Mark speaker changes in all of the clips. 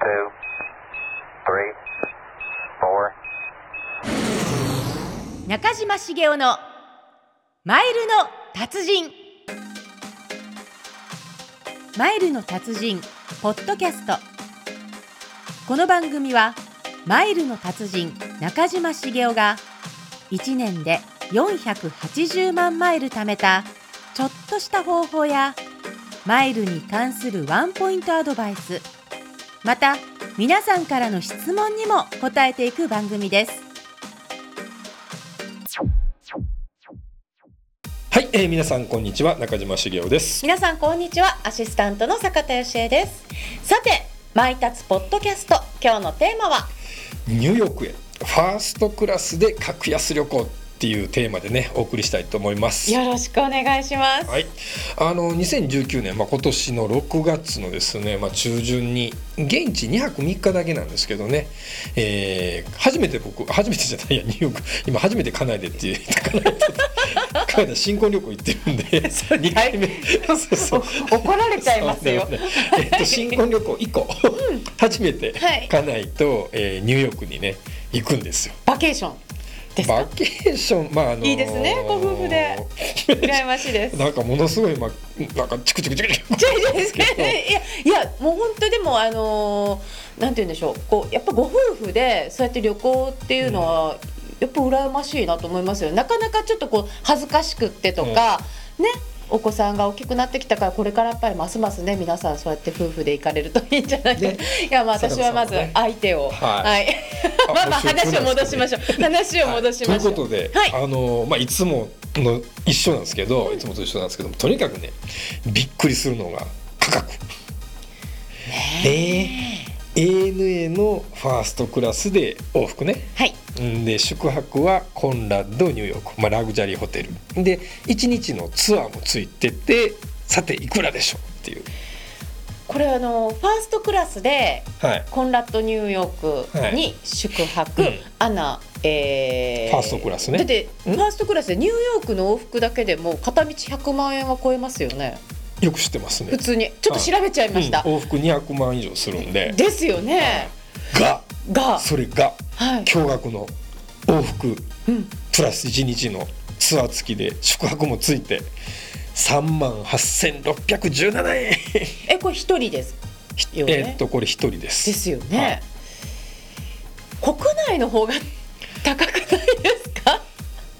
Speaker 1: two, three, four.
Speaker 2: 中島茂雄のマイルの達人マイルの達人ポッドキャストこの番組はマイルの達人中島茂雄が1年で480万マイル貯めたちょっとした方法やマイルに関するワンポイントアドバイスまた皆さんからの質問にも答えていく番組です
Speaker 3: はい、えー、皆さんこんにちは中島茂雄です。
Speaker 2: 皆さんこんにちはアシスタントの坂田芳恵ですさてマイタツポッドキャスト今日のテーマは
Speaker 3: ニューヨークへファーストクラスで格安旅行っていうテーマでねお送りしたいと思います。
Speaker 2: よろしくお願いします
Speaker 3: はい、あの2019年、まあ、今年の6月のですね、まあ、中旬に現地2泊3日だけなんですけどね、えー初めて僕初めてじゃないやニューヨーク今初めて家内でって言って家内でって 家内で新婚旅行行ってるんで2回目そうそう
Speaker 2: 怒られちゃいますよ
Speaker 3: そうだねえっと新婚旅行以降、初めて
Speaker 2: はい
Speaker 3: 家内と、えーニューヨークにね行くんですよ。
Speaker 2: バケーションです
Speaker 3: バ
Speaker 2: か
Speaker 3: ケーションまああのー
Speaker 2: いいですねご夫婦 で羨ましい です
Speaker 3: なんかものすごい、まあ、なんかチクチクチクチク。
Speaker 2: 違う違う違ういやいやもう本当でもあのーなんて言うんでしょうこうやっぱご夫婦でそうやって旅行っていうのは、やっぱ羨ましいなと思いますよなかなかちょっとこう恥ずかしくってとか、ねお子さんが大きくなってきたからこれからやっぱりますますね皆さんそうやって夫婦で行かれるといいんじゃないか、
Speaker 3: ね
Speaker 2: いやまあ私はまず
Speaker 3: そうですね
Speaker 2: 相手を
Speaker 3: はい
Speaker 2: はい、
Speaker 3: あ
Speaker 2: まあ まあ
Speaker 3: 申し
Speaker 2: 話
Speaker 3: 訳
Speaker 2: を
Speaker 3: ないで
Speaker 2: 戻
Speaker 3: す
Speaker 2: し
Speaker 3: けど
Speaker 2: ましょう話を戻しましょう、
Speaker 3: ということで、
Speaker 2: はい
Speaker 3: あのまあ、いつもの一緒なんですけど、いつもと一緒なんですけどもとにかくねびっくりするのが価格。で ANA のファーストクラスで往復ね
Speaker 2: はい
Speaker 3: んで宿泊はコンラッドニューヨーク、まあ、ラグジュアリーホテルで1日のツアーもついててさていくらでしょうっていう、
Speaker 2: これあのファーストクラスで
Speaker 3: はい、
Speaker 2: コンラッドニューヨークに宿泊、
Speaker 3: はいうん
Speaker 2: アナ、え
Speaker 3: ファーストクラスね
Speaker 2: だってフ
Speaker 3: うん
Speaker 2: ァーストクラスでニューヨークの往復だけでもう片道100万円は超えますよね
Speaker 3: よく知ってますね
Speaker 2: 普通にちょっと調べちゃいました、
Speaker 3: うん往復200万以上するんで
Speaker 2: ですよね、
Speaker 3: が
Speaker 2: が、
Speaker 3: それが
Speaker 2: はい
Speaker 3: 驚愕の往復
Speaker 2: うん、
Speaker 3: プラス1日のツアー付きで宿泊もついて3万8617円、
Speaker 2: えこれ一人ですよね、
Speaker 3: えーっとこれ1人です
Speaker 2: ですよね、
Speaker 3: はい
Speaker 2: 国内の方が高くないですか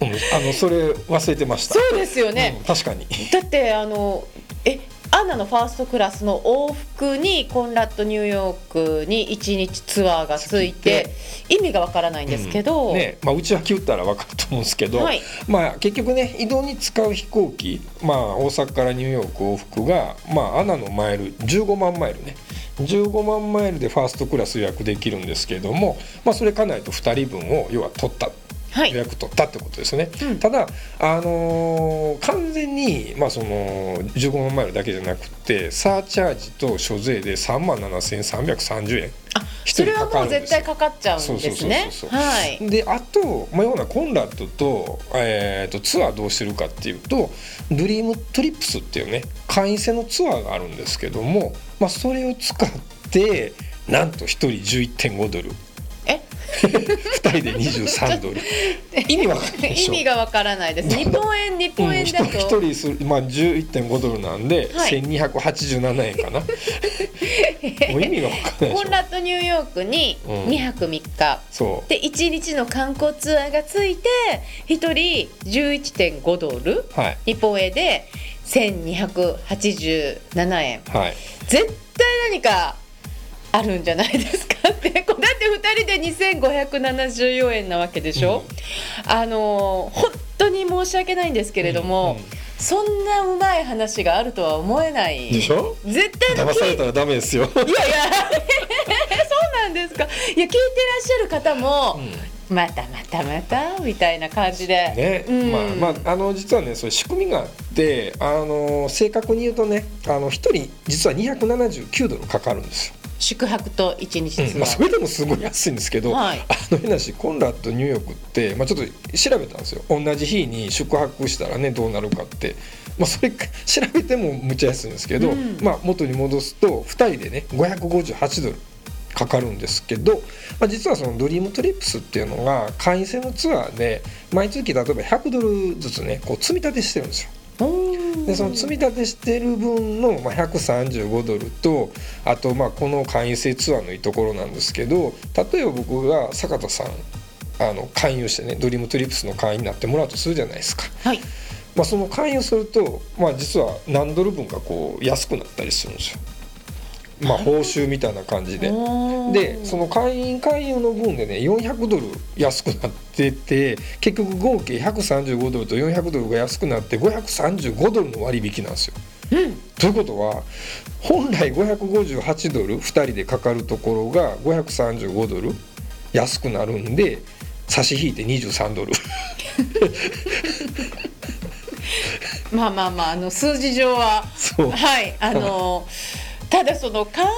Speaker 3: うん、あのそれ忘れてました
Speaker 2: そうですよね、
Speaker 3: うん確かに
Speaker 2: だってあのえアンナのファーストクラスの往復にコンラッドニューヨークに1日ツアーがついて意味がわからないんですけど、
Speaker 3: うんねまあ、内訳打ったら分かると思うんですけど、
Speaker 2: はい
Speaker 3: まあ、結局ね移動に使う飛行機、まあ、大阪からニューヨーク往復が、まあ、アナのマイル15万マイルね15万マイルでファーストクラス予約できるんですけれども、まあ、それ家内と2人分を要は取った
Speaker 2: はい
Speaker 3: 予約取ったってことですね、
Speaker 2: うん
Speaker 3: ただ、あのー完全に、まあ、その15万マイルだけじゃなくてサーチャージと所税で3万7330円
Speaker 2: それはもう絶対
Speaker 3: よ
Speaker 2: かかっちゃうんですね
Speaker 3: そうそうそうそう
Speaker 2: はい
Speaker 3: であと、まあ、ようなコンラッドと,、えーとツアーどうしてるかっていうとドリームトリップスっていうね会員制のツアーがあるんですけども、まあ、それを使ってなんと1人11.5ドル
Speaker 2: え
Speaker 3: 2人で23ドル 意味わかんないでし
Speaker 2: 意
Speaker 3: ょ
Speaker 2: 味がわからないです日本円日
Speaker 3: うん
Speaker 2: 本円
Speaker 3: 一
Speaker 2: だ
Speaker 3: 人一
Speaker 2: と
Speaker 3: 人する、まあ、11.5ドルなんで、
Speaker 2: はい
Speaker 3: 1287 円かなもう意味がわかんないで
Speaker 2: コ
Speaker 3: し
Speaker 2: ン
Speaker 3: ょ
Speaker 2: ラッドニューヨークに
Speaker 3: うん
Speaker 2: 2泊3日
Speaker 3: そ
Speaker 2: で1日の観光ツアーがついて1人11.5ドル
Speaker 3: うはい
Speaker 2: 日本円で1287円
Speaker 3: はい
Speaker 2: 絶対何かあるんじゃないですかって だって2人で2574円なわけでしょ、あのー本当に申し訳ないんですけれども、
Speaker 3: うんうん
Speaker 2: そんなうまい話があるとは思えない
Speaker 3: でしょ
Speaker 2: 絶対の
Speaker 3: 騙
Speaker 2: 聞い
Speaker 3: されたらダメですよ、
Speaker 2: いやいや そうなんですかいや聞いてらっしゃる方も、またまたまたみたいな感じで、
Speaker 3: ね、
Speaker 2: うん
Speaker 3: まあまああの実はねそういう仕組みがあってあの正確に言うとねあの一人実は279ドルかかるんですよ、
Speaker 2: 宿泊と一日ツアー、
Speaker 3: まあ、それでもすごい安いんですけど、
Speaker 2: はい
Speaker 3: あの変なしコンラッドニューヨークって、まあ、ちょっと調べたんですよ同じ日に宿泊したらねどうなるかって、まあ、それ調べてもむっちゃ安いんですけど、
Speaker 2: うん
Speaker 3: まあ、元に戻すと2人でね558ドルかかるんですけど、まあ、実はそのドリームトリップスっていうのが会員制のツアーで毎月例えば100ドルずつねこう積み立てしてるんですよ。でその積み立てしてる分のまあ135ドルとあとまあこの会員制ツアーのいいところなんですけど例えば僕が坂田さんあの勧誘してねドリームトリップスの会員になってもらうとするじゃないですか、
Speaker 2: はい
Speaker 3: まあ、その勧誘すると、まあ、実は何ドル分かこう安くなったりするんですよ。まあ、報酬みたいな感じで
Speaker 2: おー
Speaker 3: でその会員勧誘の分でね400ドル安くなってて結局合計135ドルと400ドルが安くなって535ドルの割引なんですよ。
Speaker 2: うん
Speaker 3: ということは本来558ドル2人でかかるところが535ドル安くなるんで差し引いて23ドル
Speaker 2: まあまあまああの数字上は
Speaker 3: そう
Speaker 2: はいあのただその会員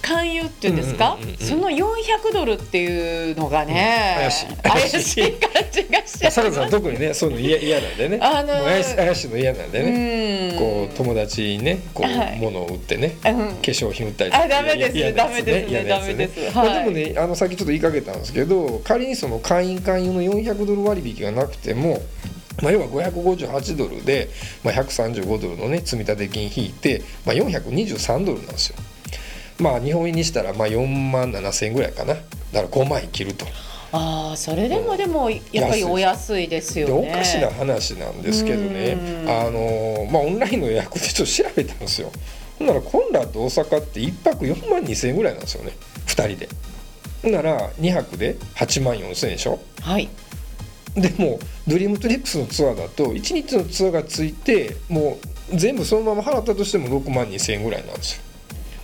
Speaker 2: 勧誘っていうんですか、
Speaker 3: うんうんうんうん
Speaker 2: その400ドルっていうのがね、
Speaker 3: うん怪しい
Speaker 2: 怪しい感じがしちゃう
Speaker 3: サラさん特にねそういうの 嫌嫌なんでね
Speaker 2: あのー
Speaker 3: もう怪し怪しいの嫌なんでね、
Speaker 2: うん
Speaker 3: こう友達にねこう、
Speaker 2: はい
Speaker 3: 物を売ってね
Speaker 2: うん
Speaker 3: 化粧品売ったり
Speaker 2: あダメです
Speaker 3: いやいや
Speaker 2: ダメですね
Speaker 3: 嫌なやつ
Speaker 2: ダメです
Speaker 3: まあ
Speaker 2: はい
Speaker 3: でもねあのさっきちょっと言いかけたんですけど仮にその会員勧誘の400ドル割引がなくても、まあ、要は558ドルで、まあ、135ドルのね積立金引いて、まあ、423ドルなんですよ。まあ日本円にしたらまあ4万7千円ぐらいかなだから5万円切ると。
Speaker 2: ああそれでもでもやっぱりお安いですよ
Speaker 3: でお
Speaker 2: ね。
Speaker 3: かしな話なんですけどね
Speaker 2: うん
Speaker 3: あの、まあ、オンラインの予約でちょっと調べたんですよほんならコンラッド大阪って1泊4万2千円ぐらいなんですよね2人でほんなら2泊で8万4千円でしょ
Speaker 2: はい。
Speaker 3: でもドリームトリップスのツアーだと1日のツアーがついてもう全部そのまま払ったとしても6万2千円ぐらいなんですよ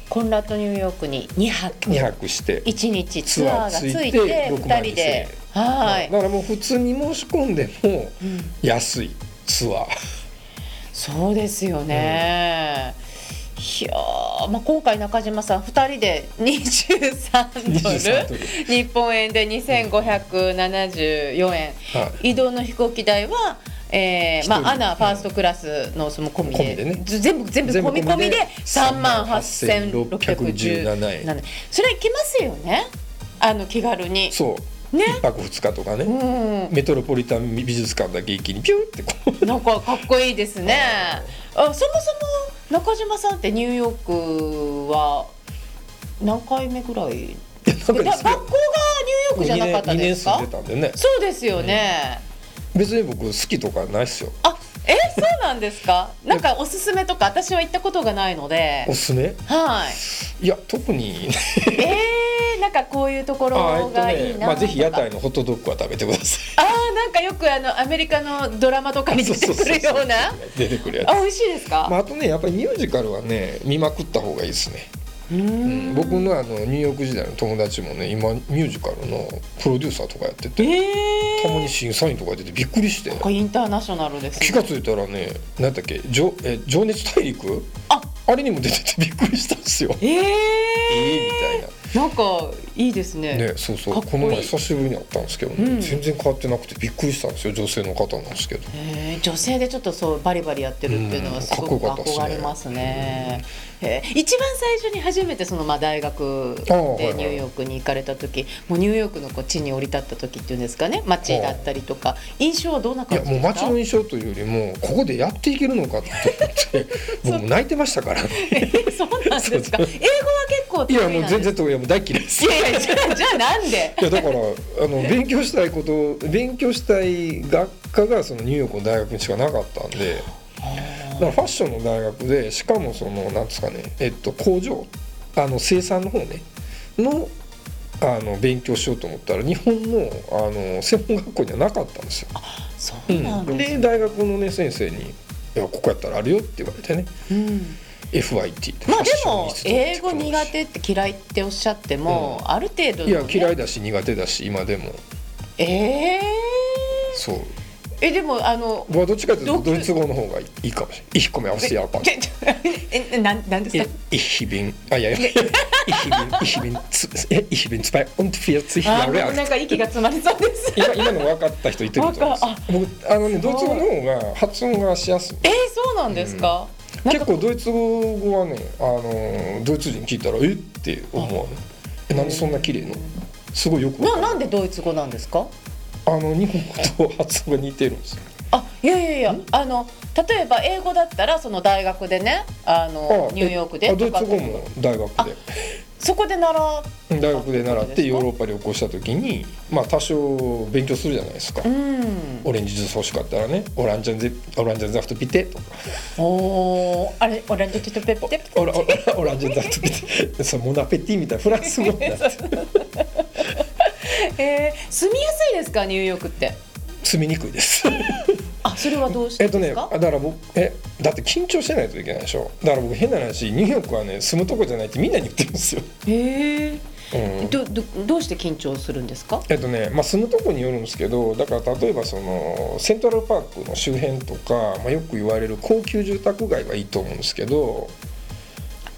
Speaker 2: コンラッドニューヨークに2泊
Speaker 3: 2泊して
Speaker 2: 1日ツアーがついて
Speaker 3: ツアーついて
Speaker 2: 2人では
Speaker 3: だ
Speaker 2: い、
Speaker 3: からもう普通に申し込んでも
Speaker 2: うん
Speaker 3: 安いツアー
Speaker 2: そうですよね、いやー、まあ、今回中島さん2人で23ドル
Speaker 3: 23ドル
Speaker 2: 日本円で2574円、
Speaker 3: はい
Speaker 2: 移動の飛行機代はえーまあ、ア
Speaker 3: 一人で
Speaker 2: ナファーストクラスのその込みで
Speaker 3: 込みでね
Speaker 2: ず全部全部
Speaker 3: 全部
Speaker 2: 込み込みで3万
Speaker 3: 38,617
Speaker 2: 8617円それ行きますよねあの気軽に
Speaker 3: そう、
Speaker 2: ね
Speaker 3: 1泊2日とかね、
Speaker 2: うん
Speaker 3: メトロポリタン美術館だけ一気にピューってこう
Speaker 2: なんかかっこいいですね。あそもそも中島さんってニューヨークは何回目ぐらい？
Speaker 3: なんか
Speaker 2: だ学校がニュー
Speaker 3: も
Speaker 2: ヨーク
Speaker 3: う
Speaker 2: じゃ
Speaker 3: 2
Speaker 2: なかっ
Speaker 3: 年
Speaker 2: た
Speaker 3: 二
Speaker 2: で
Speaker 3: 年
Speaker 2: す
Speaker 3: 住ん
Speaker 2: か
Speaker 3: で？たんでね
Speaker 2: そうですよね。
Speaker 3: 別に僕好きとかないっすよ
Speaker 2: あ、え、そうなんですか？なんかおすすめとか私は行ったことがないので
Speaker 3: お、すすめ
Speaker 2: はい。
Speaker 3: いや特に
Speaker 2: えー、なんかこういうとこ
Speaker 3: あ
Speaker 2: ろがいいなとか。
Speaker 3: まあ、ぜひ屋台のホットドッグは食べてください
Speaker 2: あーなんかよくあのアメリカのドラマとかに出てくるような。
Speaker 3: 出てくるやつ
Speaker 2: あ、美味しいですか？
Speaker 3: まあ、あとねやっぱりミュージカルはね見まくった方がいいですね、
Speaker 2: うー。
Speaker 3: うんん、僕のあのニューヨーク時代の友達もね今ミュージカルのプロデューサーとかやって
Speaker 2: え
Speaker 3: てたまに審査員とか出てびっくりして
Speaker 2: ー、これインターナショナルですね。
Speaker 3: 気が付いたらね何だっけ「じょえ情熱大陸」
Speaker 2: あ
Speaker 3: あれにも出ててびっくりしたんですよ。
Speaker 2: ええ
Speaker 3: ええみたい
Speaker 2: なんかいいですね。
Speaker 3: な、ね、そうそう
Speaker 2: かっこいい
Speaker 3: この前久しぶりに会ったんですけど、ね
Speaker 2: うん
Speaker 3: 全然変わってなくてびっくりしたんですよ女性の方なんですけど
Speaker 2: へえ女性でちょっとそうバリバリやってるっていうの
Speaker 3: う
Speaker 2: は
Speaker 3: ん
Speaker 2: すごく
Speaker 3: かっこよか
Speaker 2: 憧
Speaker 3: ったですね
Speaker 2: れますね。へえ一番最初に初めてそのまあ大学
Speaker 3: ああはい
Speaker 2: で
Speaker 3: はい
Speaker 2: ニューヨークに行かれた時、もうニューヨークのこう地に降り立った時っていうんですかね街だったりとか印象はどんない
Speaker 3: や
Speaker 2: 感じ
Speaker 3: も
Speaker 2: で
Speaker 3: う
Speaker 2: すか？
Speaker 3: 街の印象というよりもここでやっていけるのかと 思って僕も泣いてましたから、
Speaker 2: えそうなんですか。英語は結構得
Speaker 3: い
Speaker 2: 意
Speaker 3: や
Speaker 2: なん
Speaker 3: もう
Speaker 2: です
Speaker 3: 全然といやもう大嫌いです。
Speaker 2: いやいやじゃあじゃあなんで？
Speaker 3: いやだからあの勉強したいこと勉強したい学科がそのニューヨークの大学にしかなかったんでだからファッションの大学でしかもそのなんですかね、えっと、工場あの生産の方ねのあの勉強しようと思ったら日本のあの専門学校にはなかったんですよ。
Speaker 2: そうなんです
Speaker 3: で
Speaker 2: ね。
Speaker 3: 大学のね先生に「いやここやったらあるよ」って言われてね
Speaker 2: うん。
Speaker 3: FIT
Speaker 2: まあでも英語苦
Speaker 3: い
Speaker 2: 手って嫌いっておっしゃっても、ある程度の、ね、
Speaker 3: や嫌いだし苦手だし今でも
Speaker 2: え
Speaker 3: そう
Speaker 2: ー、えでもあの
Speaker 3: 僕はどっちかというとドイツ語の方がいいかもしれない。一個目合わせてやばい。
Speaker 2: ちょちょえなんなんですか
Speaker 3: Ich bin, ah ja, ja. ich bin, ich bin, z- ich bin 42
Speaker 2: あー
Speaker 3: Jahre
Speaker 2: もうなん
Speaker 3: alt.
Speaker 2: か息が詰まりそうです
Speaker 3: 今今の分かった人いてると思います
Speaker 2: わか。
Speaker 3: 僕あのね
Speaker 2: ご
Speaker 3: ド
Speaker 2: い
Speaker 3: イツ語の方が発音がしやすい。
Speaker 2: えー、そうなんですか、なん
Speaker 3: 結
Speaker 2: か
Speaker 3: 構ドイツ語はねあのドイツ人聞いたらえって思う。えなんでそんな綺麗のすごいよく
Speaker 2: ななんでドイツ語なんですか
Speaker 3: あの日本語と発音が似てるんですよ
Speaker 2: あいやいやいやあの例えば英語だったらその大学でねあのニューヨーク
Speaker 3: あ
Speaker 2: で
Speaker 3: えあド
Speaker 2: と
Speaker 3: イ
Speaker 2: か
Speaker 3: ツ語も大学で
Speaker 2: そこで習
Speaker 3: うん大学で習っ
Speaker 2: そうです
Speaker 3: て
Speaker 2: か
Speaker 3: ヨーロッパ旅行した時にまあ多少勉強するじゃないですか
Speaker 2: ううん
Speaker 3: オレンジジュース欲しかったらねオランジャンゼオランジャンザフトピテとか
Speaker 2: おーあれオレンジチュトペッペ
Speaker 3: オラオラオランジャンザフトピテ そうモナペティみたいなフランス語 になって
Speaker 2: えー、住みやすいですかニューヨークって
Speaker 3: 住みにくいです
Speaker 2: あそれはどうし
Speaker 3: え
Speaker 2: て
Speaker 3: っと
Speaker 2: で
Speaker 3: ね
Speaker 2: すか、
Speaker 3: だから僕えだって緊張してないといけないでしょだから僕変な話ニューヨークはね住むとこじゃないってみんなに言ってるんですよ、
Speaker 2: え
Speaker 3: うん
Speaker 2: ー、どどどうして緊張するんですか
Speaker 3: えっとねまあ、住むとこによるんですけどだから例えばそのセントラルパークの周辺とか、まあ、よく言われる高級住宅街はいいと思うんですけど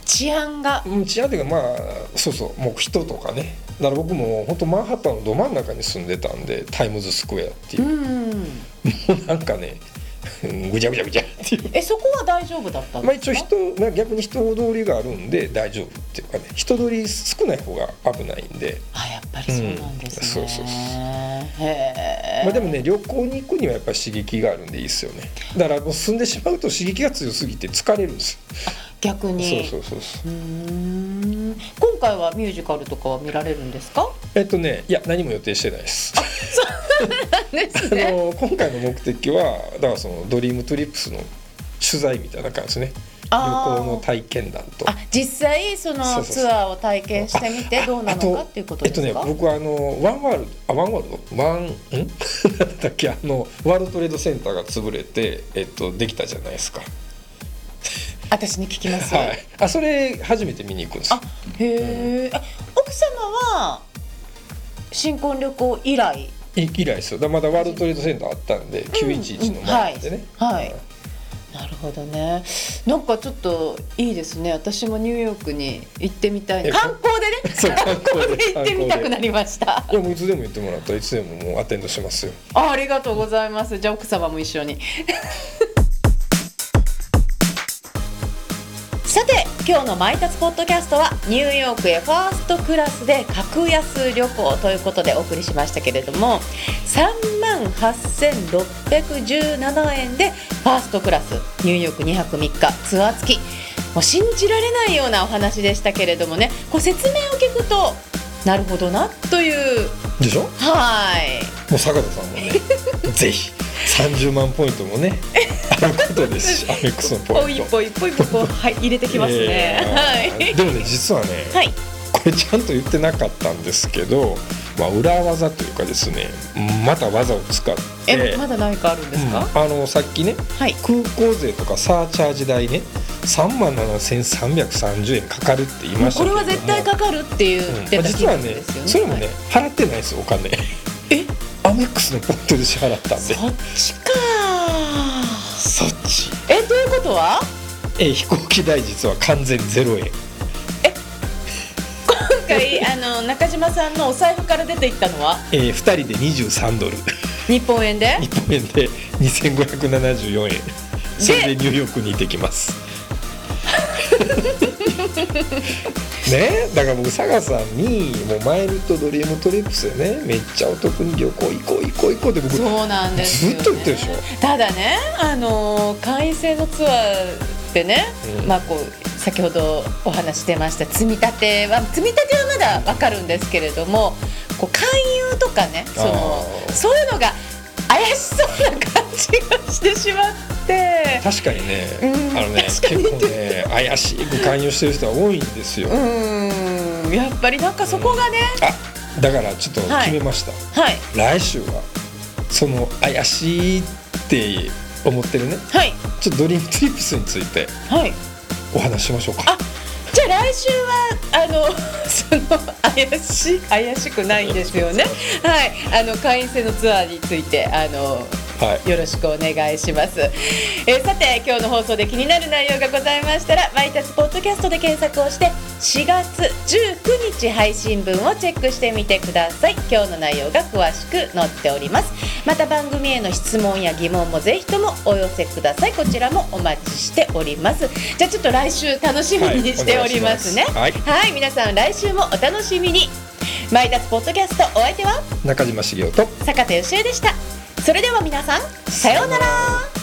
Speaker 2: 治安が
Speaker 3: うん治安というかまあそうそうもう人とかねだから僕も本当マンハッタンのど真ん中に住んでたんでタイムズスクエアっていうう、
Speaker 2: ん
Speaker 3: なんかねうんぐちゃぐちゃぐちゃっていう
Speaker 2: えそこは大丈夫だったん
Speaker 3: まあ
Speaker 2: です
Speaker 3: 一
Speaker 2: か、
Speaker 3: 応人な逆に人通りがあるんで大丈夫っていうかね人通り少ない方が危ないんで、
Speaker 2: あやっぱりそうなんですね、
Speaker 3: うんそうそうそう
Speaker 2: へえ、
Speaker 3: まあ、でもね旅行に行くにはやっぱり刺激があるんでいいですよねだからもう住んでしまうと刺激が強すぎて疲れるんです
Speaker 2: 逆
Speaker 3: よそう
Speaker 2: に
Speaker 3: そうそうそ
Speaker 2: う
Speaker 3: う
Speaker 2: ーん今回はミュージカルとかは見られるんですか
Speaker 3: えっとねいや何も予定してないです
Speaker 2: です
Speaker 3: あの今回の目的はだからそのドリームトリップスの取材みたいな感じですね旅
Speaker 2: あー
Speaker 3: 行の体験談と
Speaker 2: あ実際その
Speaker 3: そうそうそう
Speaker 2: ツアーを体験してみてどうなのかっていうこと
Speaker 3: えっ
Speaker 2: で
Speaker 3: と
Speaker 2: す
Speaker 3: ね
Speaker 2: か、
Speaker 3: 僕はあのワンワールドあワンワールドワンん なんだっけあのワールドトレードセンターが潰れてえっとできたじゃないですか
Speaker 2: 私に聞きます、
Speaker 3: はいあそれ初めて見に行くんです
Speaker 2: あへえ、あ奥様は新婚旅行以来
Speaker 3: い以来ですよだまだワールドトレードセンターあったんで911の前なんでね、
Speaker 2: うんはいはいなるほどねなんかちょっといいですね私もニューヨークに行ってみたい
Speaker 3: え
Speaker 2: 観光でね
Speaker 3: そう観
Speaker 2: 観光
Speaker 3: 光で
Speaker 2: で行ってみたくなりました
Speaker 3: いやもういつでも言ってもらったらいつでももうアテンドしますよ
Speaker 2: あありがとうございますじゃあ奥様も一緒に さて今日の「マイタツポッドキャスト」はニューヨークへファーストクラスで格安旅行ということでお送りしましたけれども3万8617円でファーストクラスニューヨーク2泊3日ツアー付きもう信じられないようなお話でしたけれどもねこう説明を聞くとなるほどなという
Speaker 3: でしょも
Speaker 2: はい。
Speaker 3: う坂田さんもねぜひ30万ポイントもねあることですしアメックスのポイン
Speaker 2: 一
Speaker 3: ト
Speaker 2: 歩一歩一歩こうはい入れてきますね。
Speaker 3: えーでもね実はね、
Speaker 2: はい。はい。
Speaker 3: これちゃんと言ってなかったんですけど、まあ、裏技というかですねまた技を使って
Speaker 2: え、まだ何かあるんですか。
Speaker 3: うんあのさっきね
Speaker 2: はい。
Speaker 3: 空港税とかサーチャージ代ね3万7330円かかるって言いました
Speaker 2: これ
Speaker 3: けども
Speaker 2: は絶対かかるっていう
Speaker 3: うん
Speaker 2: 出
Speaker 3: まあ
Speaker 2: た
Speaker 3: 実はね
Speaker 2: ですよ
Speaker 3: それもね
Speaker 2: はい
Speaker 3: 払ってないですよお金
Speaker 2: え、
Speaker 3: アメックスのポイントで支払ったんで
Speaker 2: そっちか
Speaker 3: そっち
Speaker 2: ー。え、ということは
Speaker 3: えー飛行機代実は完全0円
Speaker 2: 今回あの中島さんのお財布から出ていったのは
Speaker 3: えー、2人で23ドル
Speaker 2: 日本円で。
Speaker 3: 日本円で2574円それでニューヨークに行ってきますねだから僕佐賀さんにもう前にとドリームトリップスでねめっちゃお得に旅行行こう行こう行こうって僕
Speaker 2: そうなんですよ、ね。
Speaker 3: ずっと言ってるでしょ
Speaker 2: ただね、あのー会員制のツアーでね、
Speaker 3: うん
Speaker 2: まあこう先ほどお話してました積み立ては積み立てはまだわかるんですけれども、こう勧誘とかね、その
Speaker 3: あー
Speaker 2: そういうのが怪しそうな感じがしてしまって、
Speaker 3: 確かにね
Speaker 2: うん
Speaker 3: あのね結
Speaker 2: 確かに
Speaker 3: 構ね怪しく勧誘してる人は多いんですよ
Speaker 2: うーん、やっぱりなんかそこがね、
Speaker 3: あだからちょっと決めました、
Speaker 2: はい
Speaker 3: 来週はその怪しいって思ってるね
Speaker 2: はい
Speaker 3: ちょっとドリームトリップスについて
Speaker 2: はい。
Speaker 3: お話ししましょうか
Speaker 2: あじゃあ来週はあの その怪しい怪しくないんですよね。はい、あの会員制のツアーについてあの
Speaker 3: はい
Speaker 2: よろしくお願いします。えーさて今日の放送で気になる内容がございましたらマイタスポッドキャストで検索をして4月19日配信分をチェックしてみてください。今日の内容が詳しく載っております。また番組への質問や疑問もぜひともお寄せくださいこちらもお待ちしておりますじゃあちょっと来週楽しみにしておりますね
Speaker 3: はいお願いし
Speaker 2: はい、皆さん来週もお楽しみにマイダスポッドキャストお相手は
Speaker 3: 中島茂雄と
Speaker 2: 坂田芳恵でしたそれでは皆さんさようなら